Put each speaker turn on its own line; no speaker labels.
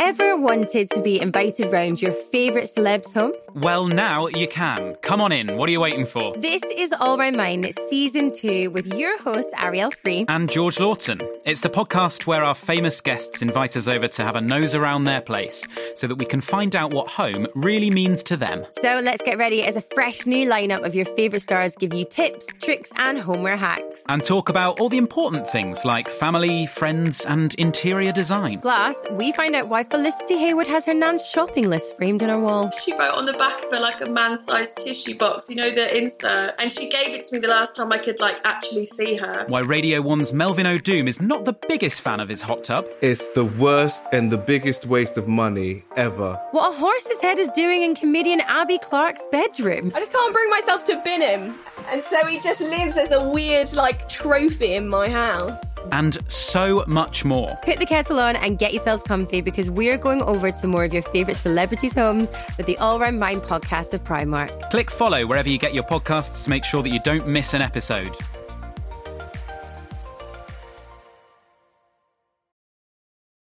ever wanted to be invited round your favourite celeb's home?
Well, now you can. Come on in. What are you waiting for?
This is All Round Mine, season two, with your host, Ariel Free.
And George Lawton. It's the podcast where our famous guests invite us over to have a nose around their place so that we can find out what home really means to them.
So let's get ready as a fresh new lineup of your favourite stars give you tips, tricks, and homeware hacks.
And talk about all the important things like family, friends, and interior design.
Plus, we find out why Felicity Hayward has her nan's shopping list framed on her wall.
She wrote on the back of her like a man-sized tissue box, you know, the insert, and she gave it to me the last time I could like actually see her.
Why Radio 1's Melvin O'Doom is not the biggest fan of his hot tub.
It's the worst and the biggest waste of money ever.
What a horse's head is doing in comedian Abby Clark's bedroom.
I just can't bring myself to bin him. And so he just lives as a weird, like, trophy in my house.
And so much more.
Put the kettle on and get yourselves comfy because we're going over to more of your favourite celebrities' homes with the All Round Mind podcast of Primark.
Click follow wherever you get your podcasts to make sure that you don't miss an episode.